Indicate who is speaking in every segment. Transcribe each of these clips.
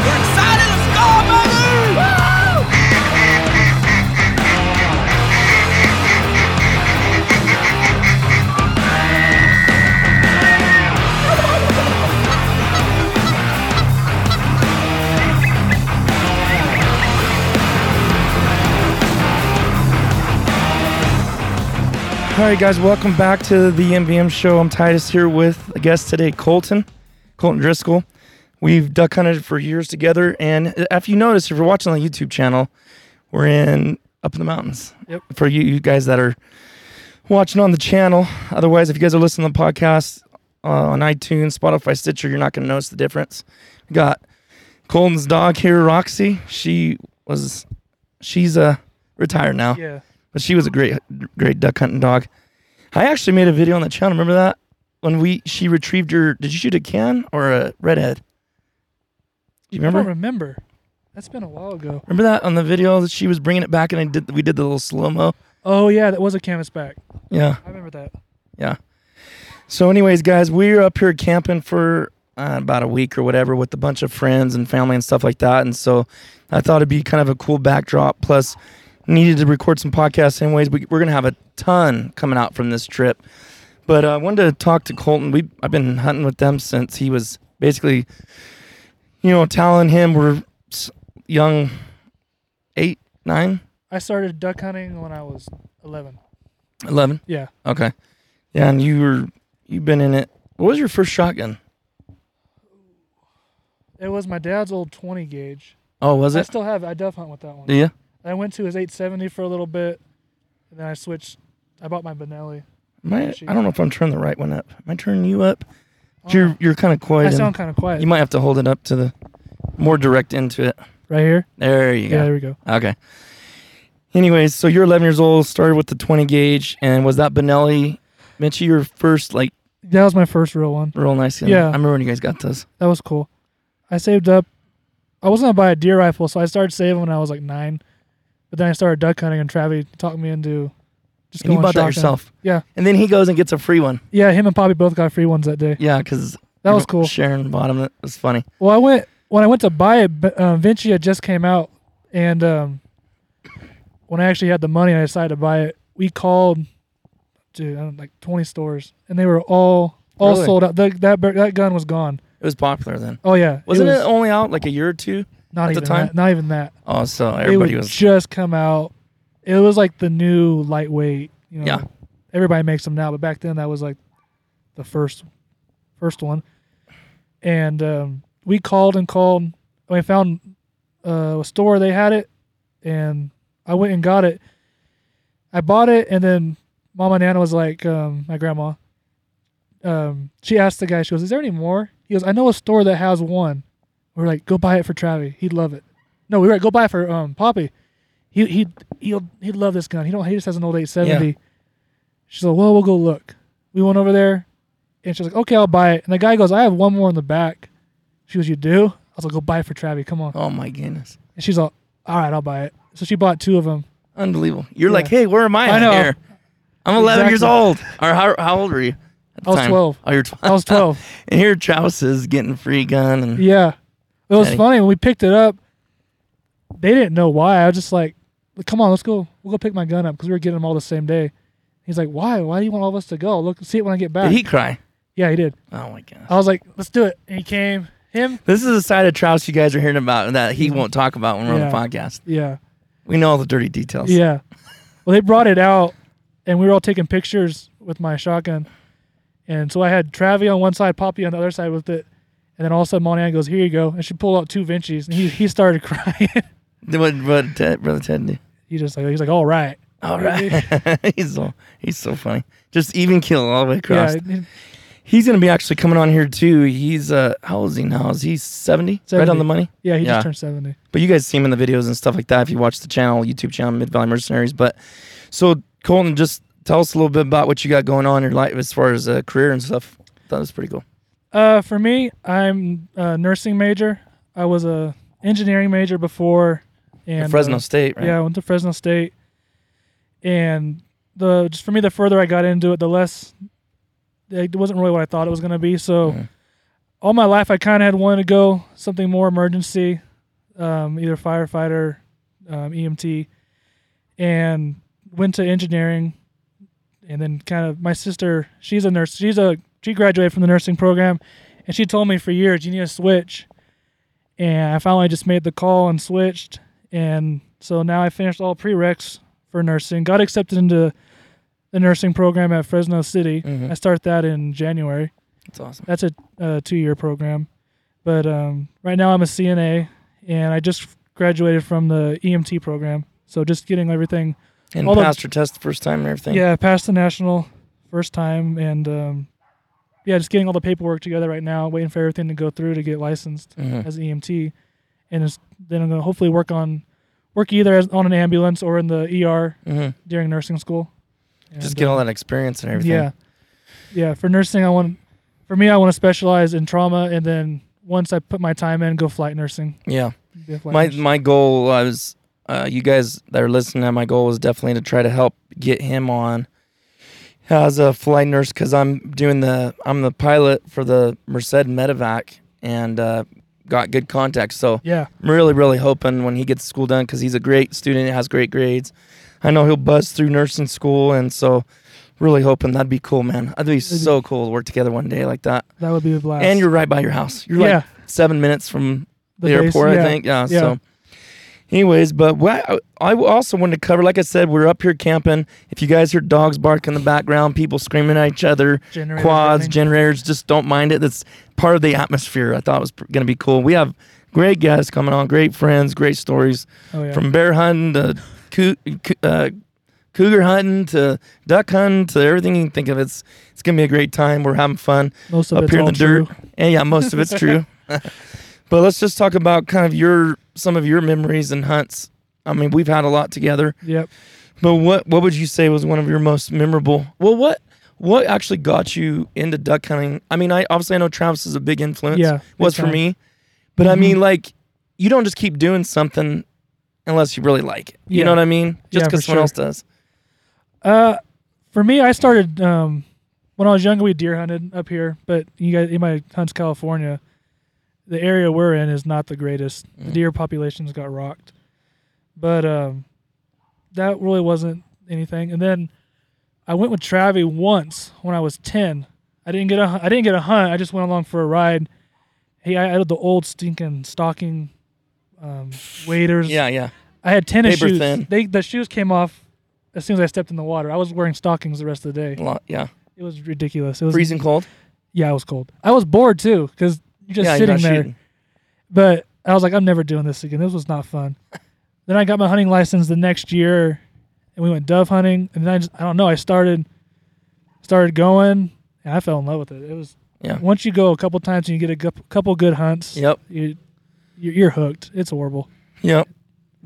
Speaker 1: We're excited. Let's go, baby!
Speaker 2: All right, guys, welcome back to the MVM show. I'm Titus here with a guest today, Colton, Colton Driscoll. We've duck hunted for years together, and if you notice, if you're watching on the YouTube channel, we're in up in the mountains. Yep. For you, you guys that are watching on the channel, otherwise, if you guys are listening to the podcast uh, on iTunes, Spotify, Stitcher, you're not going to notice the difference. We got Colton's dog here, Roxy. She was, she's uh, retired now
Speaker 3: Yeah.
Speaker 2: but she was a great great duck hunting dog. I actually made a video on the channel. Remember that when we she retrieved your? Did you shoot a can or a redhead? You
Speaker 3: I don't
Speaker 2: remember?
Speaker 3: remember. That's been a while ago.
Speaker 2: Remember that on the video that she was bringing it back and I did we did the little slow mo.
Speaker 3: Oh yeah, that was a canvas back.
Speaker 2: Yeah,
Speaker 3: I remember that.
Speaker 2: yeah. So, anyways, guys, we're up here camping for uh, about a week or whatever with a bunch of friends and family and stuff like that. And so, I thought it'd be kind of a cool backdrop. Plus, needed to record some podcasts anyways. We, we're gonna have a ton coming out from this trip. But uh, I wanted to talk to Colton. We I've been hunting with them since he was basically, you know, telling him we're s- young, eight, nine,
Speaker 3: I started duck hunting when I was 11.
Speaker 2: eleven.
Speaker 3: Yeah.
Speaker 2: Okay. Yeah, and you were you've been in it. What was your first shotgun?
Speaker 3: It was my dad's old 20 gauge.
Speaker 2: Oh, was
Speaker 3: I
Speaker 2: it?
Speaker 3: still have I dove hunt with that one.
Speaker 2: Do you?
Speaker 3: I went to his 870 for a little bit and then I switched I bought my Benelli.
Speaker 2: Am I, I don't know if I'm turning the right one up. Am I turning you up? 'Cause You're you're kind of quiet.
Speaker 3: Oh. I
Speaker 2: and-
Speaker 3: sound kind of quiet.
Speaker 2: you might have to hold it up to the more direct into it.
Speaker 3: right here?
Speaker 2: There you
Speaker 3: Yeah.
Speaker 2: go.
Speaker 3: there we go.
Speaker 2: Okay. Anyways, so you're 11 years old, started with the 20 gauge, and was that Benelli, Mitchie, your first like
Speaker 3: That was my first real one.
Speaker 2: real nice? gun?
Speaker 3: Yeah.
Speaker 2: I remember when you guys got those.
Speaker 3: That was cool. I saved up. I was gonna buy a deer rifle, so I started saving when I was like 9. But then I started duck hunting and Travi talked me into just
Speaker 2: And you
Speaker 3: going
Speaker 2: bought that
Speaker 3: shotgun.
Speaker 2: yourself.
Speaker 3: Yeah.
Speaker 2: And then he goes and gets a free one.
Speaker 3: Yeah, him and Poppy both got free ones that day.
Speaker 2: Yeah, because
Speaker 3: That was cool.
Speaker 2: Sharon bought him. That was funny.
Speaker 3: Well, I went when I went to buy it. but, Uh, Vinci had just came out, and um, when I actually had the money, I decided to buy it. We called, dude, I don't, like twenty stores, and they were all all
Speaker 2: Really?
Speaker 3: sold out. The, that bur- that gun was gone.
Speaker 2: It was popular then.
Speaker 3: Oh yeah,
Speaker 2: Wasn't it,
Speaker 3: was
Speaker 2: only out like a year or two? at
Speaker 3: not
Speaker 2: the
Speaker 3: even
Speaker 2: time?
Speaker 3: That, not even that.
Speaker 2: Oh, so
Speaker 3: it
Speaker 2: everybody
Speaker 3: would
Speaker 2: was.
Speaker 3: just come out. It was like the new lightweight. You know,
Speaker 2: Yeah.
Speaker 3: Everybody makes them now, but back then that was like the first, first one. And um, we called and called. and We found uh, a store they had it, and I went and got it. I bought it, and then Mama Nana was like, um, my grandma. Um, she asked the guy. She goes, "Is there any more?" He goes, "I know a store that has one." We were like, "Go buy it for Travi. He'd love it." No, we were like, go buy it for um Poppy. He he he'll he'd love this gun. He don't he just has an old eight seventy. She's like, Well, we'll go look. We went over there and she's like, Okay, I'll buy it. And the guy goes, I have one more in the back. She goes, You do? I was like, Go buy it for Travi, come on.
Speaker 2: Oh my goodness,
Speaker 3: And she's like, All right, I'll buy it. So she bought two of them.
Speaker 2: unbelievable! You're
Speaker 3: Yeah.
Speaker 2: like, hey, where am I?
Speaker 3: I
Speaker 2: at
Speaker 3: know.
Speaker 2: Here? I'm 11 years
Speaker 3: Exactly.
Speaker 2: old. Or how, how old were you? at the
Speaker 3: I was
Speaker 2: time?
Speaker 3: 12.
Speaker 2: Oh, you're 12.
Speaker 3: I was twelve.
Speaker 2: And here Chouse is getting free gun and
Speaker 3: yeah. It was
Speaker 2: Daddy.
Speaker 3: funny when we picked it up. They didn't know why. I was just like, "Come on, let's go. We'll go pick my gun up because we were getting them all the same day." He's like, "Why? Why do you want all of us to go? Look, see it when I get back."
Speaker 2: did he cry?
Speaker 3: Yeah, he did.
Speaker 2: Oh my gosh.
Speaker 3: I was like, let's do it. And he came. Him?
Speaker 2: This is the side of Trouse you guys are hearing about and that he won't talk about when we're
Speaker 3: Mm-hmm. Yeah.
Speaker 2: on the podcast.
Speaker 3: Yeah.
Speaker 2: We know all the dirty details.
Speaker 3: Yeah. Well, they brought it out, and we were all taking pictures with my shotgun. And so I had Travi on one side, Poppy on the other side with it. And then all of a sudden, Monahan goes, Here you go. And she pulled out two Vinci's, and he, he started crying.
Speaker 2: What, what Ted, brother Ted do?
Speaker 3: he just like, he's like, All right.
Speaker 2: All right. he's so he's so funny. Just even kill all the way across.
Speaker 3: Yeah. he-
Speaker 2: He's gonna be actually coming on here too. He's uh how old is he now? Is he 70? Right on
Speaker 3: 70.
Speaker 2: the money?
Speaker 3: Yeah. He
Speaker 2: Yeah.
Speaker 3: just turned 70.
Speaker 2: But you guys see him in the videos and stuff like that if you watch the channel, YouTube channel, Mid Valley Mercenaries. But so Colton, just tell us a little bit about what you got going on in your life as far as uh, career and stuff. That was pretty cool.
Speaker 3: Uh, for me, I'm a nursing major. I was a engineering major before, and
Speaker 2: At Fresno
Speaker 3: uh,
Speaker 2: State, right?
Speaker 3: Yeah, I went to Fresno State, and the just for me, the further I got into it, the less it wasn't really what I thought it was going to be. So, all my life, I kind of had wanted to go something more emergency, um, either firefighter, um, EMT, and went to engineering, and then kind of my sister, she's a nurse, she's a she graduated from the nursing program, and she told me for years you need to switch, and I finally just made the call and switched, and so now I finished all prereqs for nursing. Got accepted into the nursing program at Fresno City. I start that in January.
Speaker 2: That's awesome.
Speaker 3: That's a, uh two-year program, but um, right now I'm a CNA, and I just graduated from the EMT program. So just getting everything.
Speaker 2: And
Speaker 3: All the-
Speaker 2: passed your test the first time and everything.
Speaker 3: Yeah, passed the national first time, and um, yeah, just getting all the paperwork together right now. Waiting for everything to go through to get licensed
Speaker 2: Mm-hmm.
Speaker 3: as an EMT, and it's, then I'm gonna hopefully work on work either as, on an ambulance or in the ER
Speaker 2: Mhm.
Speaker 3: during nursing school. And, uh,
Speaker 2: Just get all that experience and everything.
Speaker 3: yeah. Yeah. For nursing, I want, for me, I want to specialize in trauma. And then once I put my time in, go flight nursing.
Speaker 2: Yeah.
Speaker 3: Be a flight
Speaker 2: My
Speaker 3: nurse.
Speaker 2: my goal was uh, you guys that are listening. My goal was definitely to try to help get him on as a flight nurse because I'm doing the I'm the pilot for the Merced Medevac and uh, got good contacts. So
Speaker 3: yeah.
Speaker 2: I'm really really hoping when he gets school done because he's a great student, has great grades. I know he'll buzz through nursing school, and so really hoping that'd be cool, man. That'd be so cool to work together one day like that.
Speaker 3: That would be a blast.
Speaker 2: And you're right by your house. You're
Speaker 3: Yeah.
Speaker 2: like seven minutes from the,
Speaker 3: base,
Speaker 2: airport,
Speaker 3: yeah,
Speaker 2: I think. Yeah,
Speaker 3: yeah.
Speaker 2: So, anyways, but what I- I also wanted to cover, like I said, we're up here camping. If you guys hear dogs bark in the background, people screaming at each other,
Speaker 3: Generators
Speaker 2: quads,
Speaker 3: running.
Speaker 2: generators, just don't mind it. That's part of the atmosphere. I thought it was going to be cool. We have great guests coming on, great friends, great stories
Speaker 3: Oh, yeah.
Speaker 2: from bear hunting to coo- coo- uh, cougar hunting to duck hunting to everything you can think of. It's it's gonna be a great time. We're having fun
Speaker 3: Most of
Speaker 2: up
Speaker 3: it's
Speaker 2: here in the
Speaker 3: all
Speaker 2: dirt,
Speaker 3: true.
Speaker 2: and yeah, most of it's true. but let's just talk about kind of your some of your memories and hunts. I mean, we've had a lot together,
Speaker 3: Yep.
Speaker 2: but what what would you say was one of your most memorable? Well, what what actually got you into duck hunting? I mean, I obviously I know Travis is a big influence.
Speaker 3: Yeah, big
Speaker 2: was for
Speaker 3: time. Mm-hmm.
Speaker 2: me, but I mean, like you don't just keep doing something unless you really like it. You
Speaker 3: Yeah.
Speaker 2: know what I mean? Just
Speaker 3: Yeah, for
Speaker 2: because someone
Speaker 3: sure.
Speaker 2: else does.
Speaker 3: Uh, for me, I started, um, when I was younger, we deer hunted up here, but you guys, anybody that hunts California, the area we're in is not the greatest. The deer populations got rocked, but, um, that really wasn't anything. And then I went with Travi once when I was ten. I didn't get a hu- I didn't get a hunt. I just went along for a ride. He I had the old stinking stocking um, waders.
Speaker 2: Yeah, yeah.
Speaker 3: I had tennis
Speaker 2: paper
Speaker 3: shoes.
Speaker 2: thin.
Speaker 3: They the shoes came off as soon as I stepped in the water. I was wearing stockings the rest of the
Speaker 2: A
Speaker 3: day.
Speaker 2: lot, yeah.
Speaker 3: It was ridiculous. It was
Speaker 2: Mm. Freezing cold.
Speaker 3: Yeah, I was cold. I was bored too because you're just
Speaker 2: yeah,
Speaker 3: sitting
Speaker 2: not
Speaker 3: there.
Speaker 2: shooting.
Speaker 3: But I was like, I'm never doing this again. This was not fun. then I got my hunting license the next year, and we went dove hunting. And then I just, I don't know. I started started going, and I fell in love with it. It was
Speaker 2: Yeah.
Speaker 3: Once you go a couple times and you get a gu- couple good hunts,
Speaker 2: Yep.
Speaker 3: you you're, you're hooked. It's horrible.
Speaker 2: Yeah. Mm-hmm.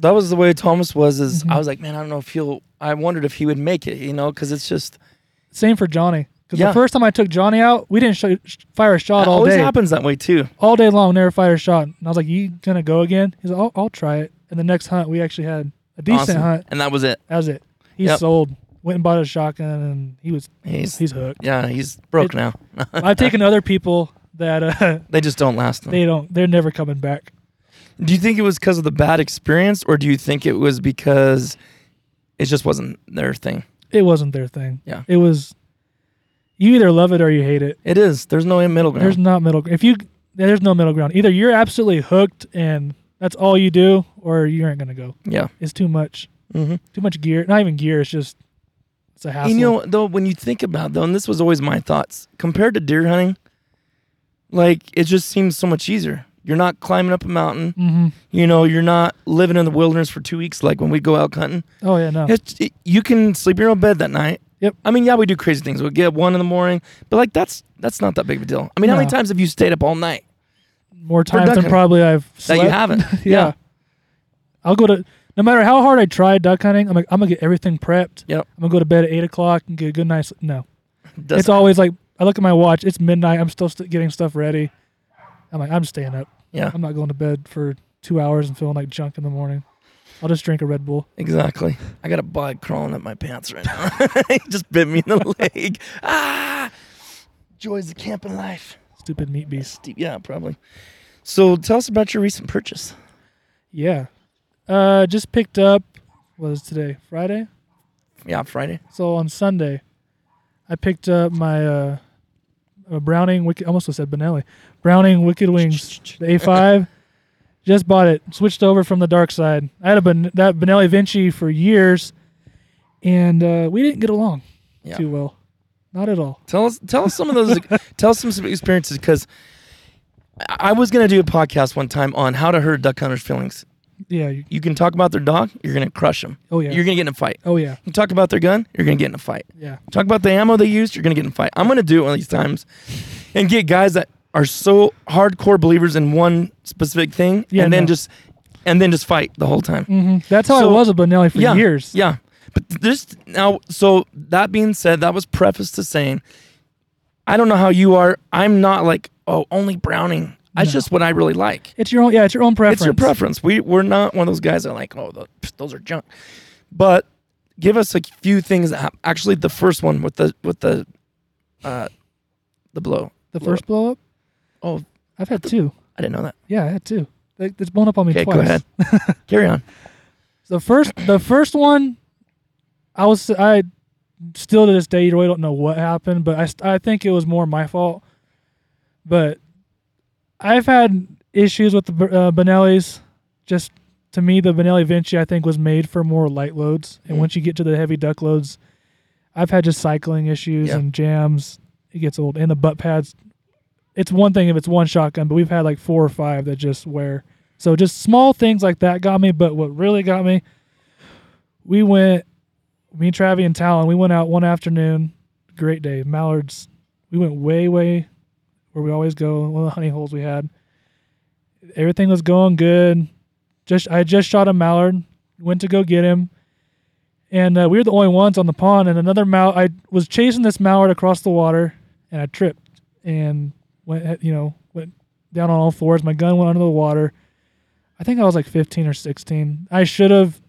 Speaker 2: That was the way Thomas was. Is I was like, man, I don't know if he'll. I wondered if he would make it, you know, because it's just.
Speaker 3: Same for Johnny. Because
Speaker 2: Yeah.
Speaker 3: the first time I took Johnny out, we didn't show, sh- fire a shot
Speaker 2: It
Speaker 3: all
Speaker 2: always
Speaker 3: day.
Speaker 2: happens that way too.
Speaker 3: All day long, never fired a shot. And I was like, "You gonna go again?" He's like, "I'll, I'll try it." And the next hunt, we actually had a decent
Speaker 2: Awesome.
Speaker 3: hunt.
Speaker 2: And that was it.
Speaker 3: That was it. He
Speaker 2: Yep.
Speaker 3: sold. Went and bought a shotgun, and he was
Speaker 2: He's-
Speaker 3: he's, hooked.
Speaker 2: Yeah, he's broke now.
Speaker 3: I've taken other people that uh,
Speaker 2: They just don't last. Them.
Speaker 3: they don't. They're never coming back.
Speaker 2: Do you think it was because of the bad experience, or do you think it was because it just wasn't their thing?
Speaker 3: It wasn't their thing.
Speaker 2: Yeah.
Speaker 3: It was. You either love it or you hate it.
Speaker 2: It is. There's no middle ground.
Speaker 3: There's not middle. If you there's no middle ground. Either you're absolutely hooked and that's all you do, or you aren't gonna go.
Speaker 2: yeah.
Speaker 3: It's too much.
Speaker 2: Mm-hmm.
Speaker 3: Too much gear. Not even gear. It's just it's a hassle.
Speaker 2: And you know, though, when you think about though, and this was always my thoughts compared to deer hunting, like it just seems so much easier. You're not climbing up a mountain.
Speaker 3: Mhm.
Speaker 2: You know, you're not living in the wilderness for two weeks like when we go out hunting.
Speaker 3: Oh yeah, no.
Speaker 2: It's, it, you can sleep in your own bed that night.
Speaker 3: Yep.
Speaker 2: I mean, yeah, we do crazy things. We'll get up one in the morning, but like that's that's not that big of a deal. I mean, how many
Speaker 3: No.
Speaker 2: times have you stayed up all night
Speaker 3: More times than
Speaker 2: productive.
Speaker 3: probably I've
Speaker 2: that
Speaker 3: slept.
Speaker 2: you haven't?
Speaker 3: yeah. I'll go to no matter how hard I try duck hunting. I'm like I'm gonna get everything prepped.
Speaker 2: Yep.
Speaker 3: I'm gonna go to bed at eight o'clock and get a good night's sleep. No,
Speaker 2: Doesn't-
Speaker 3: it's always like I look at my watch. It's midnight. I'm still st- getting stuff ready. I'm like I'm staying up.
Speaker 2: yeah,
Speaker 3: I'm not going to bed for two hours and feeling like junk in the morning. I'll just drink a Red Bull.
Speaker 2: exactly. I got a bug crawling up my pants right now. he just bit me in the leg. Ah, joys of camping life.
Speaker 3: Stupid meat beast.
Speaker 2: Steve- Yeah, probably. So tell us about your recent purchase.
Speaker 3: Yeah. Uh, just picked up. What is today? Friday.
Speaker 2: Yeah, Friday.
Speaker 3: So on Sunday, I picked up my uh, uh, Browning Wicked. Almost said Benelli. Browning Wicked Wings, the A5. Just bought it. Switched over from the dark side. I had a ben- that Benelli Vinci for years, and uh, we didn't get along
Speaker 2: Yeah.
Speaker 3: too well. Not at all.
Speaker 2: Tell us, tell us some of those, tell us some of the experiences because I I was gonna do a podcast one time on how to hurt duck hunters' feelings.
Speaker 3: Yeah. You,
Speaker 2: You can talk about their dog, you're gonna crush them.
Speaker 3: Oh, yeah.
Speaker 2: You're gonna get in a fight.
Speaker 3: oh yeah.
Speaker 2: You talk about their gun, you're gonna get in a fight.
Speaker 3: Yeah.
Speaker 2: Talk about the ammo they used, you're gonna get in a fight. I'm gonna do it one of these times, and get guys that are so hardcore believers in one specific thing,
Speaker 3: Yeah,
Speaker 2: and then
Speaker 3: no.
Speaker 2: just, and then just fight the whole time.
Speaker 3: hmm That's how
Speaker 2: So-
Speaker 3: I was with Benelli for years.
Speaker 2: Yeah. But this now, so that being said, that was preface to saying, I don't know how you are. I'm not like, oh, only Browning. That's just what I really like.
Speaker 3: It's your own. Yeah, it's your own preference.
Speaker 2: It's your preference. We we're not one of those guys that are like, oh, tho- pff, those are junk. But give us a few things. That hap- Actually, the first one with the with the uh the blow.
Speaker 3: The first blow up.
Speaker 2: Oh,
Speaker 3: I've had two.
Speaker 2: I didn't know that.
Speaker 3: Yeah, I had two. They- It's blown up on me
Speaker 2: Okay,
Speaker 3: twice.
Speaker 2: go ahead. Carry on.
Speaker 3: The first, the first one, I was I still to this day you really don't know what happened, but I st- I think it was more my fault. But I've had issues with the B- uh, Benelli's. Just to me, the Benelli Vinci I think was made for more light loads, and once you get to the heavy duck loads, I've had just cycling issues
Speaker 2: Yeah.
Speaker 3: and jams. It gets old, and the butt pads. It's one thing if it's one shotgun, but we've had like four or five that just wear. So just small things like that got me. But what really got me, we went, me and Travi and Talon, we went out one afternoon. Great day, Mallard's. We went way, way where we always go. One of the honey holes we had. Everything was going good. Just I just shot a mallard. Went to go get him, and uh, we were the only ones on the pond. And another mallard. I was chasing this mallard across the water, and I tripped and went, you know, went down on all fours. My gun went under the water. I think I was like 15 or 16. I should have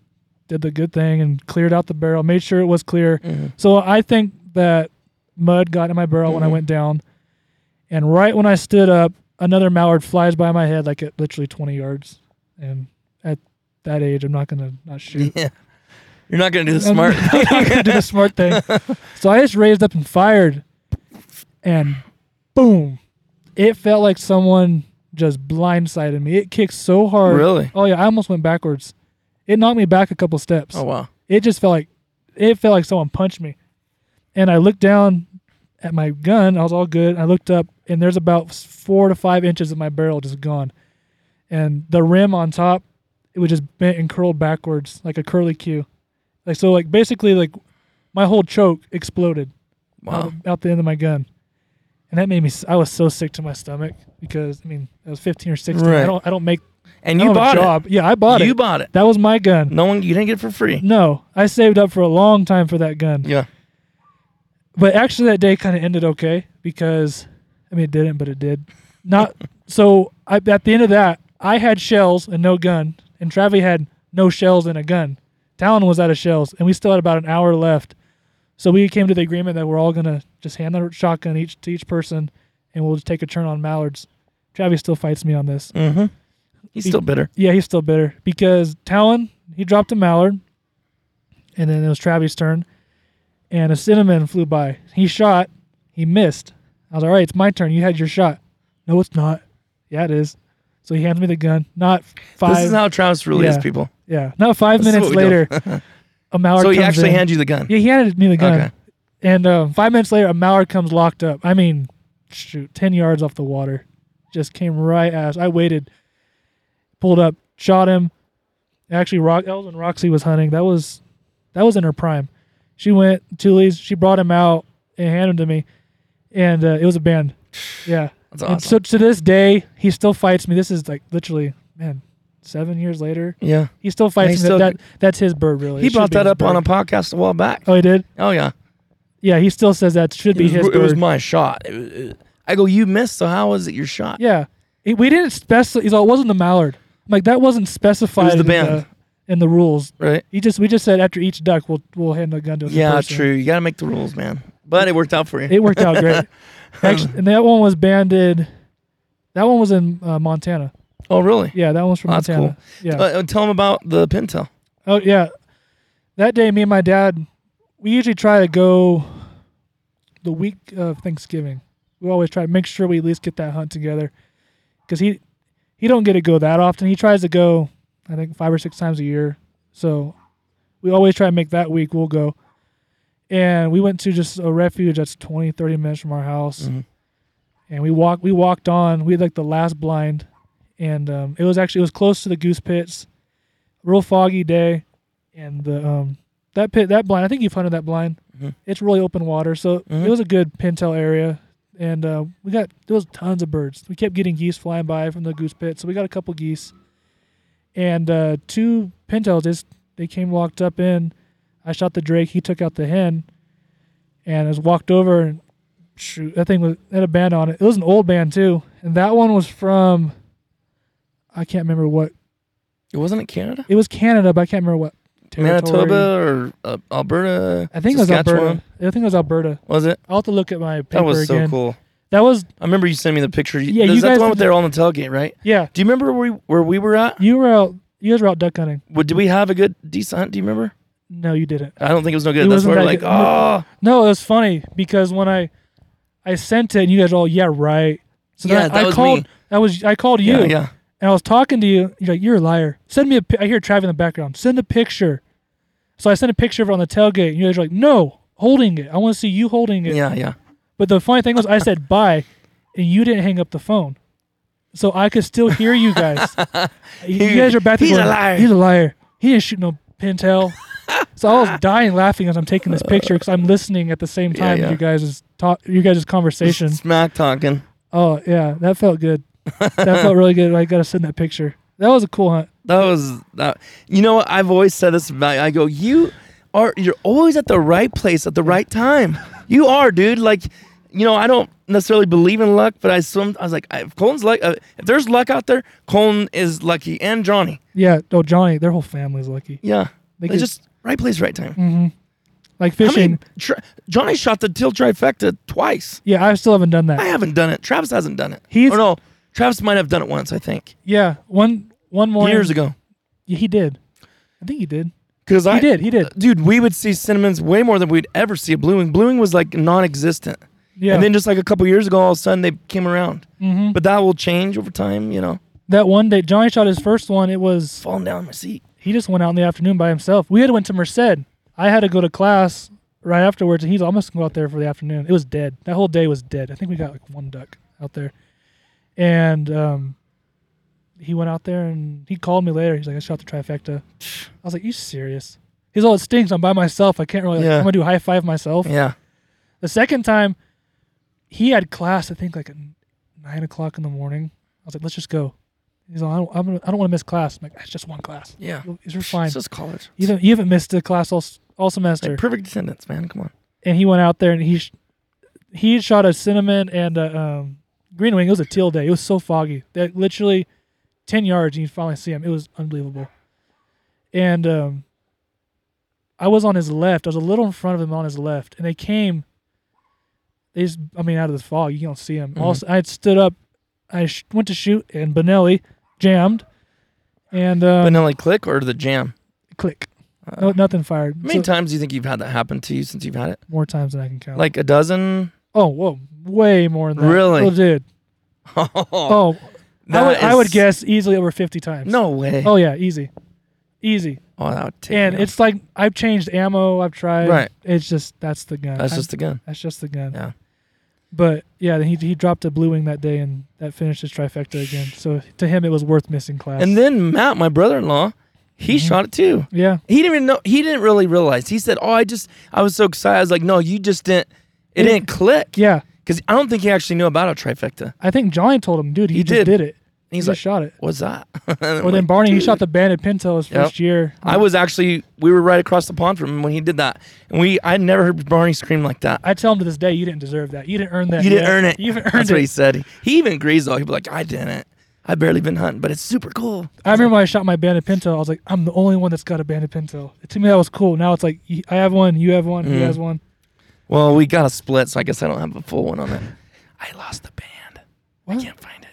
Speaker 3: did the good thing and cleared out the barrel, made sure it was clear. So I think that mud got in my barrel when I went down. And right when I stood up, another mallard flies by my head like at literally 20 yards. And at that age, I'm not going to not shoot.
Speaker 2: You're not gonna do the smart.
Speaker 3: I'm not gonna do the smart thing. So I just raised up and fired, and boom, it felt like someone just blindsided me. It kicked so hard.
Speaker 2: Really?
Speaker 3: Oh yeah, I almost went backwards. It knocked me back a couple steps.
Speaker 2: oh wow.
Speaker 3: It just felt like it felt like someone punched me, and I looked down at my gun. I was all good. I looked up, and there's about four to five inches of my barrel just gone, and the rim on top it was just bent and curled backwards like a curly Q. Like so, like basically, like my whole choke exploded
Speaker 2: Wow.
Speaker 3: out, out the end of my gun, and that made me. s- I was so sick to my stomach because I mean I was 15 or 16.
Speaker 2: Right.
Speaker 3: I don't. I don't make.
Speaker 2: And
Speaker 3: I
Speaker 2: you
Speaker 3: don't have
Speaker 2: bought
Speaker 3: a
Speaker 2: it.
Speaker 3: job. Yeah, I bought it.
Speaker 2: You bought it.
Speaker 3: That was my gun.
Speaker 2: No one. You didn't get it for free.
Speaker 3: No, I saved up for a long time for that gun.
Speaker 2: Yeah.
Speaker 3: But actually, that day kind of ended okay because, I mean, it didn't, but it did. Not so. I, at the end of that, I had shells and no gun, and Travi had no shells and a gun. Talon was out of shells, and we still had about an hour left. So we came to the agreement that we're all gonna just hand a shotgun each to each person, and we'll just take a turn on mallards. Travi still fights me on this.
Speaker 2: He's still bitter.
Speaker 3: Yeah, he's still bitter because Talon he dropped a mallard, and then it was Travis' turn, and a cinnamon flew by. He shot, he He missed. I was all right. It's my turn. You had your shot. No, it's not. Yeah, it is. So he hands me the gun. Not five.
Speaker 2: This is how Travis really is,
Speaker 3: Yeah.
Speaker 2: people.
Speaker 3: yeah, not five
Speaker 2: This is what
Speaker 3: minutes
Speaker 2: we do.
Speaker 3: later. A Mallard.
Speaker 2: so he
Speaker 3: comes
Speaker 2: actually
Speaker 3: in.
Speaker 2: hands you the gun.
Speaker 3: Yeah, he handed me the gun.
Speaker 2: Okay.
Speaker 3: And uh, five minutes later, a mallard comes locked up. I mean, shoot, 10 yards off the water. Just came right at us. I waited, pulled up, shot him. Actually, Rock, that was when Roxy was hunting. That was that was in her prime. She went, Tully's, she brought him out and handed him to me. And uh, it was a band. Yeah.
Speaker 2: That's
Speaker 3: And
Speaker 2: awesome.
Speaker 3: so to this day, he still fights me. This is like literally, man, seven years later.
Speaker 2: yeah.
Speaker 3: He still fights
Speaker 2: he
Speaker 3: me.
Speaker 2: still-
Speaker 3: that, that's his bird, really.
Speaker 2: He
Speaker 3: It should
Speaker 2: brought
Speaker 3: be
Speaker 2: that
Speaker 3: his
Speaker 2: up on a
Speaker 3: bird.
Speaker 2: podcast a while back.
Speaker 3: Oh, he did?
Speaker 2: Oh yeah.
Speaker 3: Yeah, he still says that should
Speaker 2: It
Speaker 3: be
Speaker 2: was,
Speaker 3: his.
Speaker 2: it was
Speaker 3: bird.
Speaker 2: my shot. It was, it- I go, you missed, so how was it your shot?
Speaker 3: Yeah, He- we didn't specify. He's all, it wasn't the mallard. I'm like that wasn't specified.
Speaker 2: the
Speaker 3: in
Speaker 2: band.
Speaker 3: the, in the rules.
Speaker 2: Right.
Speaker 3: He just we just said after each duck we'll we'll hand the gun to. the
Speaker 2: Yeah,
Speaker 3: person.
Speaker 2: true. You got to make the rules, man. But it worked out for you.
Speaker 3: It worked out great. Actually, and that one was banded. That one was in uh, Montana.
Speaker 2: oh, really?
Speaker 3: Yeah, that one's from
Speaker 2: Oh, that's
Speaker 3: Montana. Yeah.
Speaker 2: Uh, Uh, tell him about the pintail.
Speaker 3: Oh yeah, that day me and my dad, we usually try to go the week of Thanksgiving. We always try to make sure we at least get that hunt together, because he he don't get to go that often. He tries to go, I think five or six times a year. So we always try to make that week. We'll go, and we went to just a refuge that's 20, 30 minutes from our house, and we walked we walked on. We had like the last blind, and um, it was actually it was close to the goose pits real foggy day, and the um that pit that blind. I think you've hunted that blind. It's really open water, so it was a good pintail area, and uh, we got there was tons of birds. We kept getting geese flying by from the goose pit, so we got a couple geese, and uh, two pintails. Just they came locked up in. I shot the drake. He took out the hen, and I was walked over and shoot. That thing was had a band on it. It was an old band too, and that one was from. I can't remember what
Speaker 2: It wasn't it Canada,
Speaker 3: it was Canada, but I can't remember what territory.
Speaker 2: Manitoba, or uh, Alberta.
Speaker 3: I think it was
Speaker 2: Saskatchewan?
Speaker 3: Alberta. I think it was Alberta.
Speaker 2: Was it?
Speaker 3: I'll have to look at my paper
Speaker 2: That was so
Speaker 3: again.
Speaker 2: cool.
Speaker 3: That was
Speaker 2: I remember you sent me the picture.
Speaker 3: Yeah,
Speaker 2: Is
Speaker 3: you
Speaker 2: that
Speaker 3: guys
Speaker 2: the one
Speaker 3: did
Speaker 2: with they're on the tailgate, right?
Speaker 3: yeah.
Speaker 2: Do you remember where we, where we were at?
Speaker 3: You were out. You guys were out duck hunting.
Speaker 2: What, did we have a good decent hunt? Do you remember?
Speaker 3: No, you didn't.
Speaker 2: I don't think it was no
Speaker 3: It
Speaker 2: good. That's
Speaker 3: wasn't
Speaker 2: where we're like,
Speaker 3: that
Speaker 2: oh,
Speaker 3: good. No, it was funny because when I I sent it, and you guys were all yeah right. So then
Speaker 2: Yeah,
Speaker 3: I-
Speaker 2: that
Speaker 3: I
Speaker 2: was
Speaker 3: called.
Speaker 2: me.
Speaker 3: I was I called you.
Speaker 2: yeah, "Oh, yeah.
Speaker 3: And I was talking to you. You're like you're a liar. Send me a. pi- I hear Trav in the background. Send a picture. So I sent a picture of it on the tailgate, and you guys were like, no, holding it. I want to see you holding it.
Speaker 2: Yeah, yeah.
Speaker 3: But the funny thing was, I said bye, and you didn't hang up the phone, so I could still hear you guys. you guys are back. there
Speaker 2: He's a
Speaker 3: going,
Speaker 2: liar.
Speaker 3: He's a liar. He didn't shoot no pintail. so I was dying laughing as I'm taking this picture because I'm listening at the same
Speaker 2: Yeah,
Speaker 3: time
Speaker 2: yeah.
Speaker 3: to you guys' talk, you guys' conversation.
Speaker 2: Smack talking.
Speaker 3: oh yeah, that felt good. That felt really good. I gotta send that picture. That was a cool hunt.
Speaker 2: That was that. You know, what? I've always said this about. you. I go, you are. You're always at the right place at the right time. You are, dude. Like, you know, I don't necessarily believe in luck, but I some. I was like, I- if Colin's luck, uh, if there's luck out there, Colin is lucky, and Johnny.
Speaker 3: Yeah. Oh Johnny, their whole family's lucky.
Speaker 2: Yeah,
Speaker 3: They
Speaker 2: Like,
Speaker 3: could-
Speaker 2: just right place, right time.
Speaker 3: Like
Speaker 2: How many?
Speaker 3: fishing.
Speaker 2: Tra- Johnny shot the till trifecta twice.
Speaker 3: yeah, I still haven't done that.
Speaker 2: I haven't done it. Travis hasn't done it.
Speaker 3: He's-
Speaker 2: or no, Travis might have done it once. I think
Speaker 3: yeah. One one morning
Speaker 2: years ago.
Speaker 3: Yeah, he did. I think he did.
Speaker 2: Because I
Speaker 3: He did. He did.
Speaker 2: dude, we would see cinnamons way more than we'd ever see a blueing. Blueing was like non-existent,
Speaker 3: Yeah.
Speaker 2: and then just like a couple years ago, all of a sudden they came around. Mm-hmm. But that will change over time, you know.
Speaker 3: that one day Johnny shot his first one, it was
Speaker 2: Falling down in my seat.
Speaker 3: he just went out in the afternoon by himself. We had went to Merced. I had to go to class right afterwards, and he's almost go out there for the afternoon. It was dead. That whole day was dead. I think we got like one duck out there, and um, he went out there and he called me later. He's like, "I shot the trifecta." I was like, "You serious?" He's all, "It stinks. I'm by myself. I can't really.
Speaker 2: Yeah.
Speaker 3: I'm gonna do high five myself."
Speaker 2: Yeah,
Speaker 3: The second time, he had class. I think like at nine o'clock in the morning. I was like, "Let's just go." He's like, "I don't, I'm gonna, I don't want to miss class." I'm like, "That's just one class.
Speaker 2: yeah.
Speaker 3: It's we're fine.
Speaker 2: It's just college.
Speaker 3: You haven't, you haven't missed a class all s- all
Speaker 2: Like
Speaker 3: semester."
Speaker 2: perfect attendance, man. Come on.
Speaker 3: and he went out there and he sh- he had shot a cinnamon and a um, green wing. It was a teal day. It was so foggy that literally ten yards and you finally see him. It was unbelievable. And um, I was on his left. I was a little in front of him on his left, and they came. They just, I mean, out of the fog, you don't see him. Also, I had stood up. I sh- went to shoot, and Benelli jammed, and um,
Speaker 2: Vanilla click or the jam.
Speaker 3: click. No, nothing fired.
Speaker 2: How many
Speaker 3: So-
Speaker 2: times do you think you've had that happen to you since you've had it?
Speaker 3: more times than I can count.
Speaker 2: Like a dozen.
Speaker 3: Oh, whoa, way more than that.
Speaker 2: Really?
Speaker 3: Oh, dude. Oh, I
Speaker 2: That
Speaker 3: would, I would
Speaker 2: is-
Speaker 3: guess easily over 50 times.
Speaker 2: No way.
Speaker 3: Oh, yeah, easy. Easy.
Speaker 2: Oh, that would take
Speaker 3: And
Speaker 2: me off.
Speaker 3: it's like, I've changed ammo, I've tried.
Speaker 2: Right.
Speaker 3: It's just, that's the gun.
Speaker 2: that's
Speaker 3: I'm-
Speaker 2: just the gun.
Speaker 3: That's just the gun.
Speaker 2: Yeah.
Speaker 3: But yeah, then he he dropped a blue wing that day, and that finished his trifecta again. So to him, it was worth missing class.
Speaker 2: And then Matt, my brother-in-law, he
Speaker 3: Mm-hmm.
Speaker 2: shot it too.
Speaker 3: yeah,
Speaker 2: He didn't even know. He didn't really realize. He said, "Oh, I just I was so excited." I was like, "No, you just didn't. It didn't click."
Speaker 3: yeah.
Speaker 2: Because I don't think he actually knew about a trifecta. And
Speaker 3: I think Johnny told him, dude, he,
Speaker 2: He did.
Speaker 3: just did, it.
Speaker 2: he's
Speaker 3: he
Speaker 2: like,
Speaker 3: just shot it.
Speaker 2: "What's that?"
Speaker 3: Well, then Barney, he shot the banded pinto his
Speaker 2: Yep.
Speaker 3: first year.
Speaker 2: I was actually we were right across the pond from him when he did that, and we I never heard Barney scream like that.
Speaker 3: I tell him to this day, you didn't deserve that. You didn't earn that.
Speaker 2: You didn't
Speaker 3: yet.
Speaker 2: earn it.
Speaker 3: You haven't earned
Speaker 2: That's what he
Speaker 3: it.
Speaker 2: said. He even agrees though. He'd be like, "I didn't. I barely been hunting, but it's super cool."
Speaker 3: I remember when I shot my banded pinto. I was like, I'm the only one that's got a banded pinto. To me, that was cool. Now it's like, y- I have one, you have one,
Speaker 2: Mm-hmm.
Speaker 3: he has one.
Speaker 2: Well, we got a split, so I guess I don't have a full one on it. I lost the band. I
Speaker 3: What?
Speaker 2: can't find it.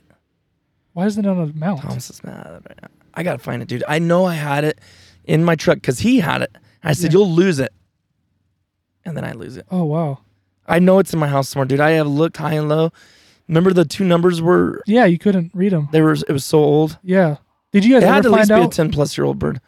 Speaker 3: Why isn't it on a mount?
Speaker 2: I'm just mad right now. I gotta find it, dude. I know I had it in my truck because he had it. I said,
Speaker 3: Yeah.
Speaker 2: "You'll lose it," and then I lose it.
Speaker 3: Oh wow.
Speaker 2: I know it's in my house somewhere, dude. I have looked high and low. Remember the two numbers were
Speaker 3: Yeah, you couldn't read them.
Speaker 2: they were. It was so old.
Speaker 3: Yeah. Did you guys
Speaker 2: It had
Speaker 3: ever
Speaker 2: to at least
Speaker 3: find
Speaker 2: be a
Speaker 3: out
Speaker 2: ten plus year old bird.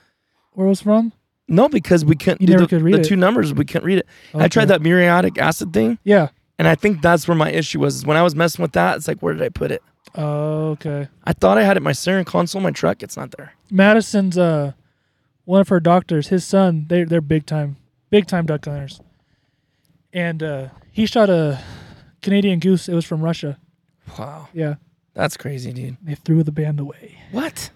Speaker 3: where it was from?
Speaker 2: No, because we couldn't.
Speaker 3: You
Speaker 2: do
Speaker 3: never
Speaker 2: the,
Speaker 3: could read
Speaker 2: the
Speaker 3: it.
Speaker 2: two numbers. We couldn't read it. I
Speaker 3: Okay.
Speaker 2: tried that muriatic acid thing,
Speaker 3: Yeah.
Speaker 2: and I think that's where my issue was. is When I was messing with that, it's like, where did I put it?
Speaker 3: Okay.
Speaker 2: I thought I had it in my steering console, in my truck. It's not there.
Speaker 3: Madison's uh one of her doctors, his son, they they're big time big time duck hunters. And uh he shot a Canadian goose, it was from Russia.
Speaker 2: Wow,
Speaker 3: Yeah.
Speaker 2: that's crazy, dude.
Speaker 3: They threw the band away.
Speaker 2: What?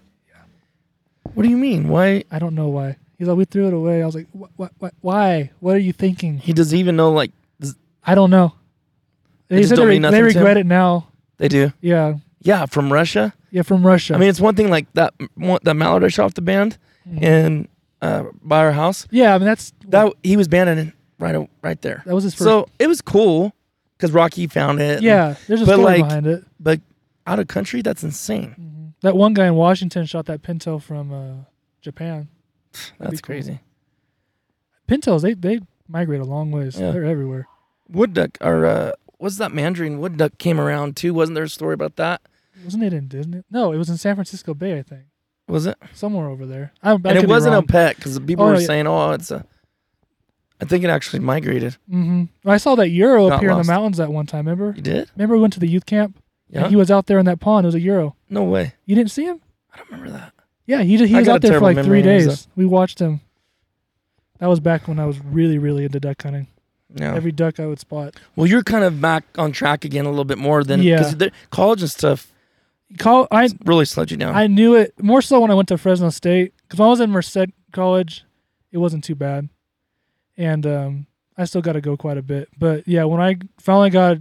Speaker 2: What do you mean? Why?
Speaker 3: I don't know why. He's like, we threw it away. I was like, what, what, what why? What are you thinking?
Speaker 2: He doesn't even know. Like this-
Speaker 3: I don't know. They,
Speaker 2: just
Speaker 3: said
Speaker 2: don't
Speaker 3: they,
Speaker 2: mean
Speaker 3: re-
Speaker 2: nothing
Speaker 3: they
Speaker 2: to
Speaker 3: regret
Speaker 2: him?
Speaker 3: it now.
Speaker 2: they do.
Speaker 3: Yeah.
Speaker 2: Yeah, from Russia.
Speaker 3: Yeah, from Russia.
Speaker 2: I mean, it's one thing like that. one- That mallard I shot off the band,
Speaker 3: Mm-hmm.
Speaker 2: and uh, by our house,
Speaker 3: yeah, I mean that's
Speaker 2: that he was banding it right right there.
Speaker 3: That was his first-
Speaker 2: So it was cool because Rocky found it.
Speaker 3: yeah, there's a
Speaker 2: but,
Speaker 3: story
Speaker 2: like,
Speaker 3: behind it.
Speaker 2: but out of country, that's
Speaker 3: Mm,
Speaker 2: insane.
Speaker 3: That one guy in Washington shot that pinto from uh, Japan.
Speaker 2: That's
Speaker 3: be cool.
Speaker 2: crazy.
Speaker 3: Pintos, they they migrate a long ways.
Speaker 2: Yeah.
Speaker 3: They're everywhere.
Speaker 2: Wood duck or uh, what's that Mandarin wood duck came around too? Wasn't there a story about that?
Speaker 3: Wasn't it in Disney? No, it was in San Francisco Bay, I think,
Speaker 2: Was it?
Speaker 3: somewhere over there. I, I
Speaker 2: and
Speaker 3: could
Speaker 2: it
Speaker 3: be
Speaker 2: wasn't a
Speaker 3: wrong.
Speaker 2: pet because people
Speaker 3: Oh,
Speaker 2: were
Speaker 3: yeah.
Speaker 2: saying, "Oh, it's a." I think it actually migrated.
Speaker 3: Mhm. I saw that euro
Speaker 2: Got
Speaker 3: up here in
Speaker 2: lost.
Speaker 3: the mountains that one time. Remember?
Speaker 2: You did?
Speaker 3: Remember we went to the youth camp?
Speaker 2: Yeah.
Speaker 3: And he was out there in that pond. It was a euro.
Speaker 2: No way.
Speaker 3: You didn't see him?
Speaker 2: I don't remember that.
Speaker 3: Yeah, he ju- he
Speaker 2: I
Speaker 3: was
Speaker 2: got a
Speaker 3: out there for
Speaker 2: terrible
Speaker 3: like three
Speaker 2: memory when I was
Speaker 3: days. We watched him. That was back when I was really really into duck hunting.
Speaker 2: No.
Speaker 3: Every duck I would spot.
Speaker 2: well, you're kind of back on track again a little bit more than
Speaker 3: Yeah.
Speaker 2: because college and stuff
Speaker 3: Call I
Speaker 2: really slowed you down.
Speaker 3: I knew it more so when I went to Fresno State because when I was in Merced College, it wasn't too bad, and um, I still got to go quite a bit. But yeah, when I finally got,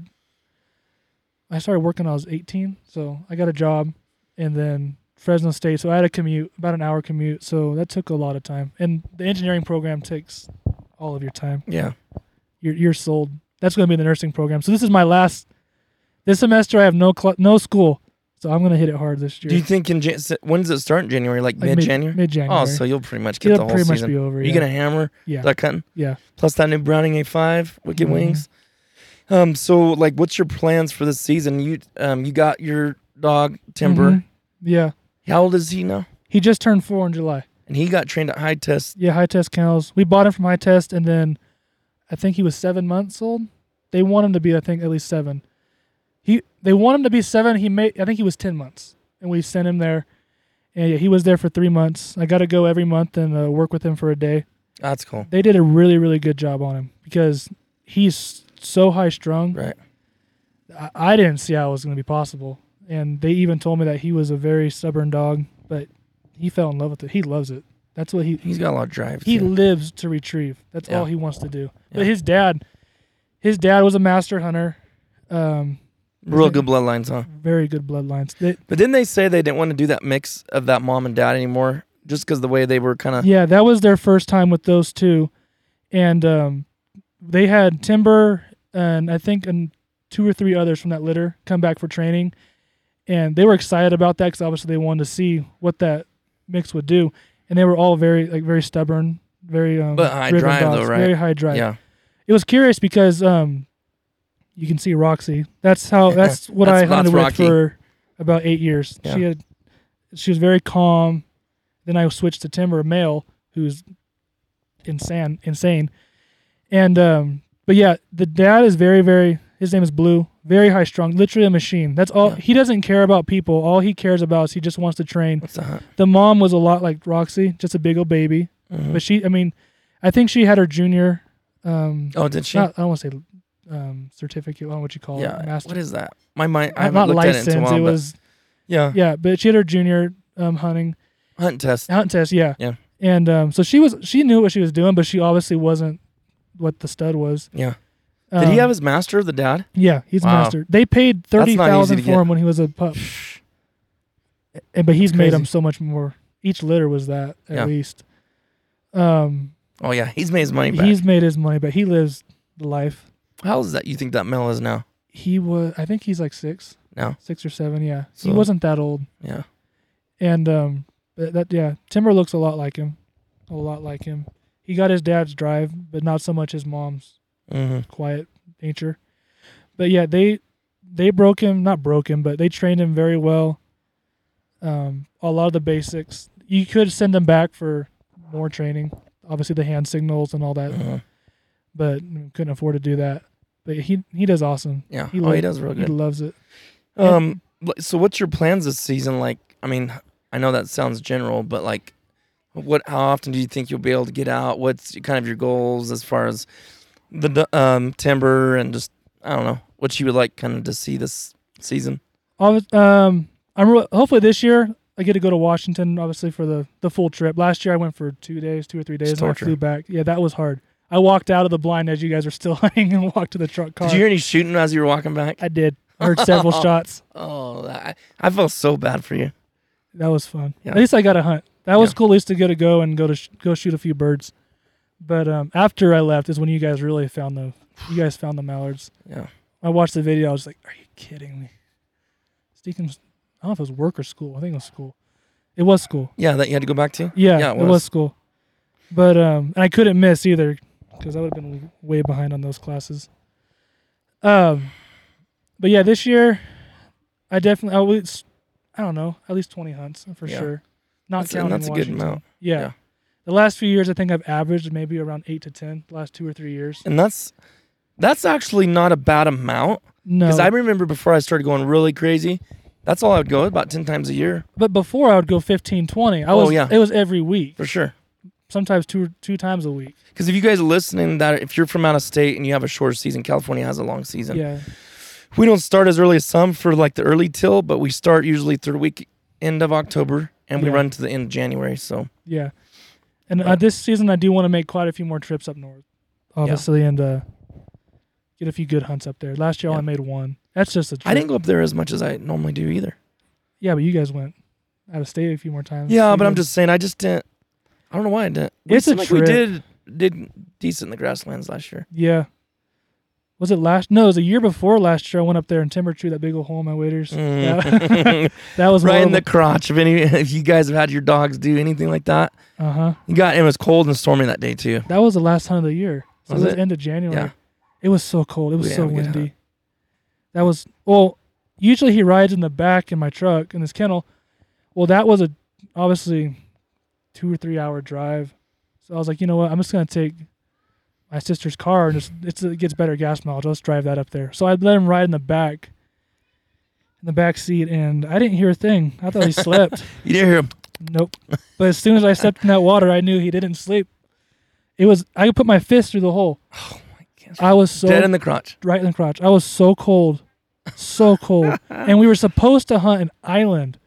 Speaker 3: I started working. when I was 18, so I got a job, and then Fresno State. So I had a commute, about an hour commute. So that took a lot of time, and the engineering program takes all of your time.
Speaker 2: yeah.
Speaker 3: You're you're sold. That's going to be the nursing program. So this is my last. This semester I have no cl- no school, so I'm going to hit it hard this year.
Speaker 2: Do you think in Jan- se- when does it start in January? Like,
Speaker 3: Like mid-
Speaker 2: mid January.
Speaker 3: mid-January.
Speaker 2: Oh, so you'll pretty much get
Speaker 3: It'll
Speaker 2: the whole
Speaker 3: pretty much
Speaker 2: season.
Speaker 3: be over,
Speaker 2: Are you
Speaker 3: yeah.
Speaker 2: gonna hammer
Speaker 3: Yeah.
Speaker 2: duck hunting?
Speaker 3: Yeah.
Speaker 2: Plus that new Browning A5 Wicked
Speaker 3: Mhm.
Speaker 2: Wings. Um. So like, what's your plans for this season? You um. You got your dog Timber.
Speaker 3: Mhm. Yeah.
Speaker 2: How old is he now?
Speaker 3: He just turned four in July.
Speaker 2: And he got trained at High Test.
Speaker 3: Yeah, high test kennels. We bought him from high test and then I think he was seven months old. They want him to be, I think, at least seven. He they want him to be seven. He made I think he was ten months. And we sent him there. And yeah, he was there for three months. I gotta go every month and uh, work with him for a day.
Speaker 2: That's cool.
Speaker 3: They did a really, really good job on him because he's so high strung.
Speaker 2: Right.
Speaker 3: I, I didn't see how it was going to be possible. And they even told me that he was a very stubborn dog, but he fell in love with it. He loves it. That's what he
Speaker 2: He's got a lot of drive.
Speaker 3: he
Speaker 2: too.
Speaker 3: lives to retrieve. That's
Speaker 2: Yeah.
Speaker 3: all he wants to do. But his dad, his dad was a master hunter. Um,
Speaker 2: Real good bloodlines, huh?
Speaker 3: very good bloodlines. They,
Speaker 2: But didn't they say they didn't want to do that mix of that mom and dad anymore? Just because the way they were kind of.
Speaker 3: yeah, that was their first time with those two, and um, they had Timber and I think and two or three others from that litter come back for training, and they were excited about that because obviously they wanted to see what that mix would do, and they were all very like very stubborn, very um,
Speaker 2: But high
Speaker 3: driven
Speaker 2: drive, though,
Speaker 3: dogs,
Speaker 2: right?
Speaker 3: Very high drive.
Speaker 2: Yeah.
Speaker 3: it was curious because um you can see Roxy. That's how. That's what
Speaker 2: That's-
Speaker 3: I
Speaker 2: that's
Speaker 3: hunted with
Speaker 2: Rocky.
Speaker 3: for about eight years.
Speaker 4: Yeah.
Speaker 3: She had, she was very calm. Then I switched to Timber Male, who's insane, insane, and um. But yeah, the dad is very, very. His name is Blue. Very high strung, literally a machine. That's all. He doesn't care about people. All he cares about is he just wants to train.
Speaker 4: It's not-
Speaker 3: The mom was a lot like Roxy, just a big old baby. But she, I mean, I think she had her junior. Um,
Speaker 2: Oh, did she?
Speaker 3: not- I don't want to say um, certificate. I don't know what you call
Speaker 2: yeah.
Speaker 3: it. Master.
Speaker 2: What is that? My mind. I
Speaker 3: Not-
Speaker 2: haven't
Speaker 3: not
Speaker 2: looked
Speaker 3: license.
Speaker 2: at it in
Speaker 3: It,
Speaker 2: so long. but
Speaker 3: was
Speaker 4: yeah.
Speaker 3: yeah, but she had her junior um, hunting
Speaker 2: hunt test.
Speaker 3: hunt test. Yeah,
Speaker 2: Yeah.
Speaker 3: And um, so she was she knew what she was doing, but she obviously wasn't what the stud was.
Speaker 2: Yeah.
Speaker 3: Um,
Speaker 2: Did he have his master? The dad?
Speaker 3: Yeah, he's
Speaker 2: Wow.
Speaker 3: master. They paid
Speaker 2: not easy
Speaker 3: thirty
Speaker 2: to
Speaker 3: thousand
Speaker 2: get.
Speaker 3: for him when he was a pup, and but he's
Speaker 2: That's
Speaker 3: made
Speaker 2: crazy.
Speaker 3: him so much more. Each litter was that at
Speaker 2: Yeah.
Speaker 3: least. Um,
Speaker 2: Oh yeah, he's made his money back.
Speaker 3: he's made his money, but he lives the life.
Speaker 2: How old is that? You think that male is now?
Speaker 3: He was, I think he's like six,
Speaker 2: Now?
Speaker 3: six or seven. Yeah,
Speaker 2: So-
Speaker 3: he wasn't that old.
Speaker 2: Yeah.
Speaker 3: and um but that yeah timber looks a lot like him a lot like him he got his dad's drive but not so much his mom's
Speaker 2: Mm-hmm.
Speaker 3: quiet nature but yeah they they broke him not broke him but they trained him very well um a lot of the basics you could send him back for more training obviously the hand signals and all that
Speaker 2: Mhm.
Speaker 3: but mm, couldn't afford to do that but he he does awesome
Speaker 2: Yeah.
Speaker 3: he,
Speaker 2: oh,
Speaker 3: lo-
Speaker 2: he does real
Speaker 3: he
Speaker 2: good.
Speaker 3: loves it
Speaker 2: Um. l- So, what's your plans this season? Like, I mean, I know that sounds general, but like, what? How often do you think you'll be able to get out? What's kind of your goals as far as the d- um timber and just I don't know what you would like kind of to see this season?
Speaker 3: Obvi- Um, I'm re- hopefully this year I get to go to Washington, obviously for the the full trip. Last year I went for two days, two or three days,
Speaker 2: It's
Speaker 3: and I
Speaker 2: torture.
Speaker 3: flew back. Yeah, that was hard. I walked out of the blind as you guys were still hunting and walked to the truck car.
Speaker 2: Did you hear any shooting as you were walking back?
Speaker 3: Uh, I did. I heard several shots.
Speaker 2: Oh, I, I felt so bad for you.
Speaker 3: That was fun.
Speaker 2: Yeah.
Speaker 3: At least I got a hunt. That was
Speaker 2: Yeah.
Speaker 3: cool. At least to get to go and go to sh- go shoot a few birds. But um, after I left is when you guys really found the you guys found the mallards.
Speaker 2: Yeah.
Speaker 3: I watched the video. I was like, "Are you kidding me?" Steakums. I don't know if it was work or school. I think it was school. It was school.
Speaker 2: Yeah, that you had to go back to.
Speaker 3: Yeah,
Speaker 2: Yeah, it
Speaker 3: it, was.
Speaker 2: was.
Speaker 3: cool. But um, and I couldn't miss either because I would have been way behind on those classes. Um, but yeah, this year, I definitely I was, I don't know, at least twenty hunts for
Speaker 2: Yeah.
Speaker 3: sure. Not
Speaker 2: That's a-
Speaker 3: counting
Speaker 2: that's a good
Speaker 3: Washington.
Speaker 2: amount.
Speaker 3: Yeah.
Speaker 2: Yeah.
Speaker 3: the last few years I think I've averaged maybe around eight to ten. The last two or three years.
Speaker 2: And that's that's actually not a bad amount
Speaker 3: No,
Speaker 2: because I remember before I started going really crazy, that's all I would go about ten times a year
Speaker 3: but before I would go 15, 20. I
Speaker 2: Oh,
Speaker 3: was,
Speaker 2: yeah.
Speaker 3: it was every week,
Speaker 2: for sure.
Speaker 3: sometimes two two times a week.
Speaker 2: Because if you guys are listening, that if you're from out of state and you have a shorter season, California has a long season.
Speaker 3: Yeah,
Speaker 2: We don't start as early as some for like the early till, but we start usually through week end of October and we
Speaker 3: Yeah.
Speaker 2: run to the end of January. So
Speaker 3: Yeah. And uh,
Speaker 2: But-
Speaker 3: this season, I do want to make quite a few more trips up north, obviously, and uh, get a few good hunts up there. Last year, I
Speaker 2: Yeah.
Speaker 3: only made one. That's just a trip.
Speaker 2: I didn't go up there as much as I normally do either.
Speaker 3: Yeah, but you guys went out of state a few more times.
Speaker 2: Yeah,
Speaker 3: You
Speaker 2: but I'm
Speaker 3: guys-
Speaker 2: just saying I just didn't. I don't know why I didn't. We
Speaker 3: It's a
Speaker 2: seemed like we
Speaker 3: trip.
Speaker 2: did did decent in the grasslands last year.
Speaker 3: Yeah. Was it last? No, it was a year before last year. I went up there and timber chewed that big old hole in my waders. Yeah. that was
Speaker 2: Mm. right in the crotch. If any, if you guys have had your dogs do anything like that,
Speaker 3: Uh huh.
Speaker 2: you got it was cold and stormy that day too.
Speaker 3: That was the last hunt of the year. So
Speaker 2: Was
Speaker 3: it was
Speaker 2: it?
Speaker 3: end of January.
Speaker 2: Yeah.
Speaker 3: It was so cold. It was
Speaker 2: We
Speaker 3: so
Speaker 2: didn't have a good
Speaker 3: windy. That was well. Usually he rides in the back in my truck in this kennel. Well, that was a obviously two or three hour drive. So I was like, you know what? I'm just gonna take my sister's car and just it's, it gets better gas mileage. Let's drive that up there. So I let him ride in the back, in the back seat, and I didn't hear a thing. I thought he slept.
Speaker 2: You didn't hear him.
Speaker 3: Nope. But as soon as I stepped in that water, I knew he didn't sleep. It was I could put my fist through the hole.
Speaker 2: Oh
Speaker 3: I was so
Speaker 2: Dead in the crotch.
Speaker 3: right in the crotch. I was so cold, so cold. and we were supposed to hunt an island.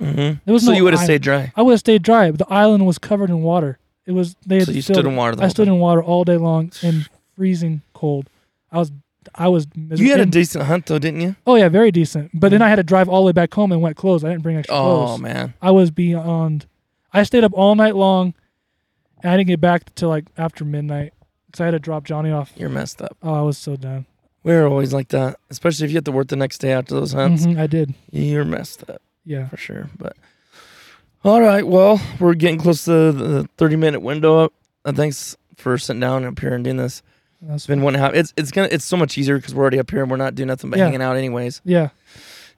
Speaker 2: Mm-hmm.
Speaker 3: There was
Speaker 2: So
Speaker 3: no
Speaker 2: you would have
Speaker 3: island.
Speaker 2: stayed dry.
Speaker 3: I would have stayed dry, but the island was covered in water. It was they had
Speaker 2: So you
Speaker 3: filled
Speaker 2: stood
Speaker 3: it.
Speaker 2: in water the
Speaker 3: I
Speaker 2: whole
Speaker 3: stood
Speaker 2: time.
Speaker 3: in water all day long in freezing cold. I was I was miserable.
Speaker 2: You had a
Speaker 3: And-
Speaker 2: decent hunt though, didn't you?
Speaker 3: oh yeah, very decent. But then I had to drive all the way back home in wet clothes. I didn't bring extra clothes.
Speaker 2: Oh man.
Speaker 3: I was beyond. I stayed up all night long, and I didn't get back till like after midnight because I had to drop Johnny off.
Speaker 2: You're messed up.
Speaker 3: Oh, I was so done.
Speaker 2: We were always like that, especially if you have to work the next day after those hunts.
Speaker 3: Mhm, I did.
Speaker 2: You're messed up.
Speaker 3: Yeah.
Speaker 2: for sure. But all right, well, we're getting close to the thirty minute window. Uh, Thanks for sitting down up here and doing this.
Speaker 3: That's
Speaker 2: been wanting to have. It's it's gonna it's so much easier because we're already up here and we're not doing nothing but
Speaker 3: Yeah.
Speaker 2: hanging out anyways.
Speaker 3: yeah.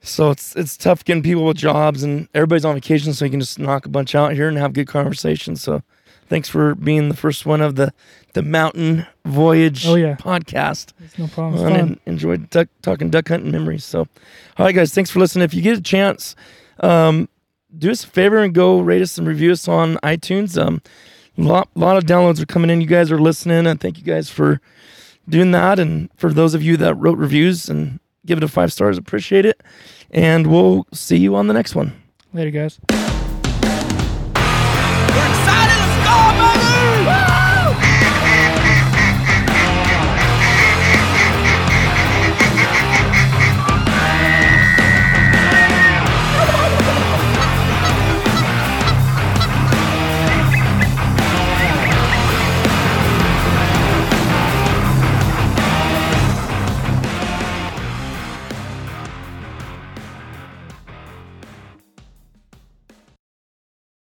Speaker 2: So it's it's tough getting people with jobs and everybody's on vacation, so you can just knock a bunch out here and have good conversations. So thanks for being the first one of the the mountain voyage
Speaker 3: Oh, yeah.
Speaker 2: podcast.
Speaker 3: It's no problem. It's
Speaker 2: Well,
Speaker 3: fun.
Speaker 2: and enjoyed duck, talking duck hunting memories. So, all right, guys, thanks for listening. If you get a chance, um, do us a favor and go rate us and review us on iTunes. Um, lot lot of downloads are coming in. You guys are listening, and thank you guys for doing that. And for those of you that wrote reviews and give it a five stars, appreciate it. And we'll see you on the next one.
Speaker 3: Later, guys.
Speaker 1: We're excited as God, baby!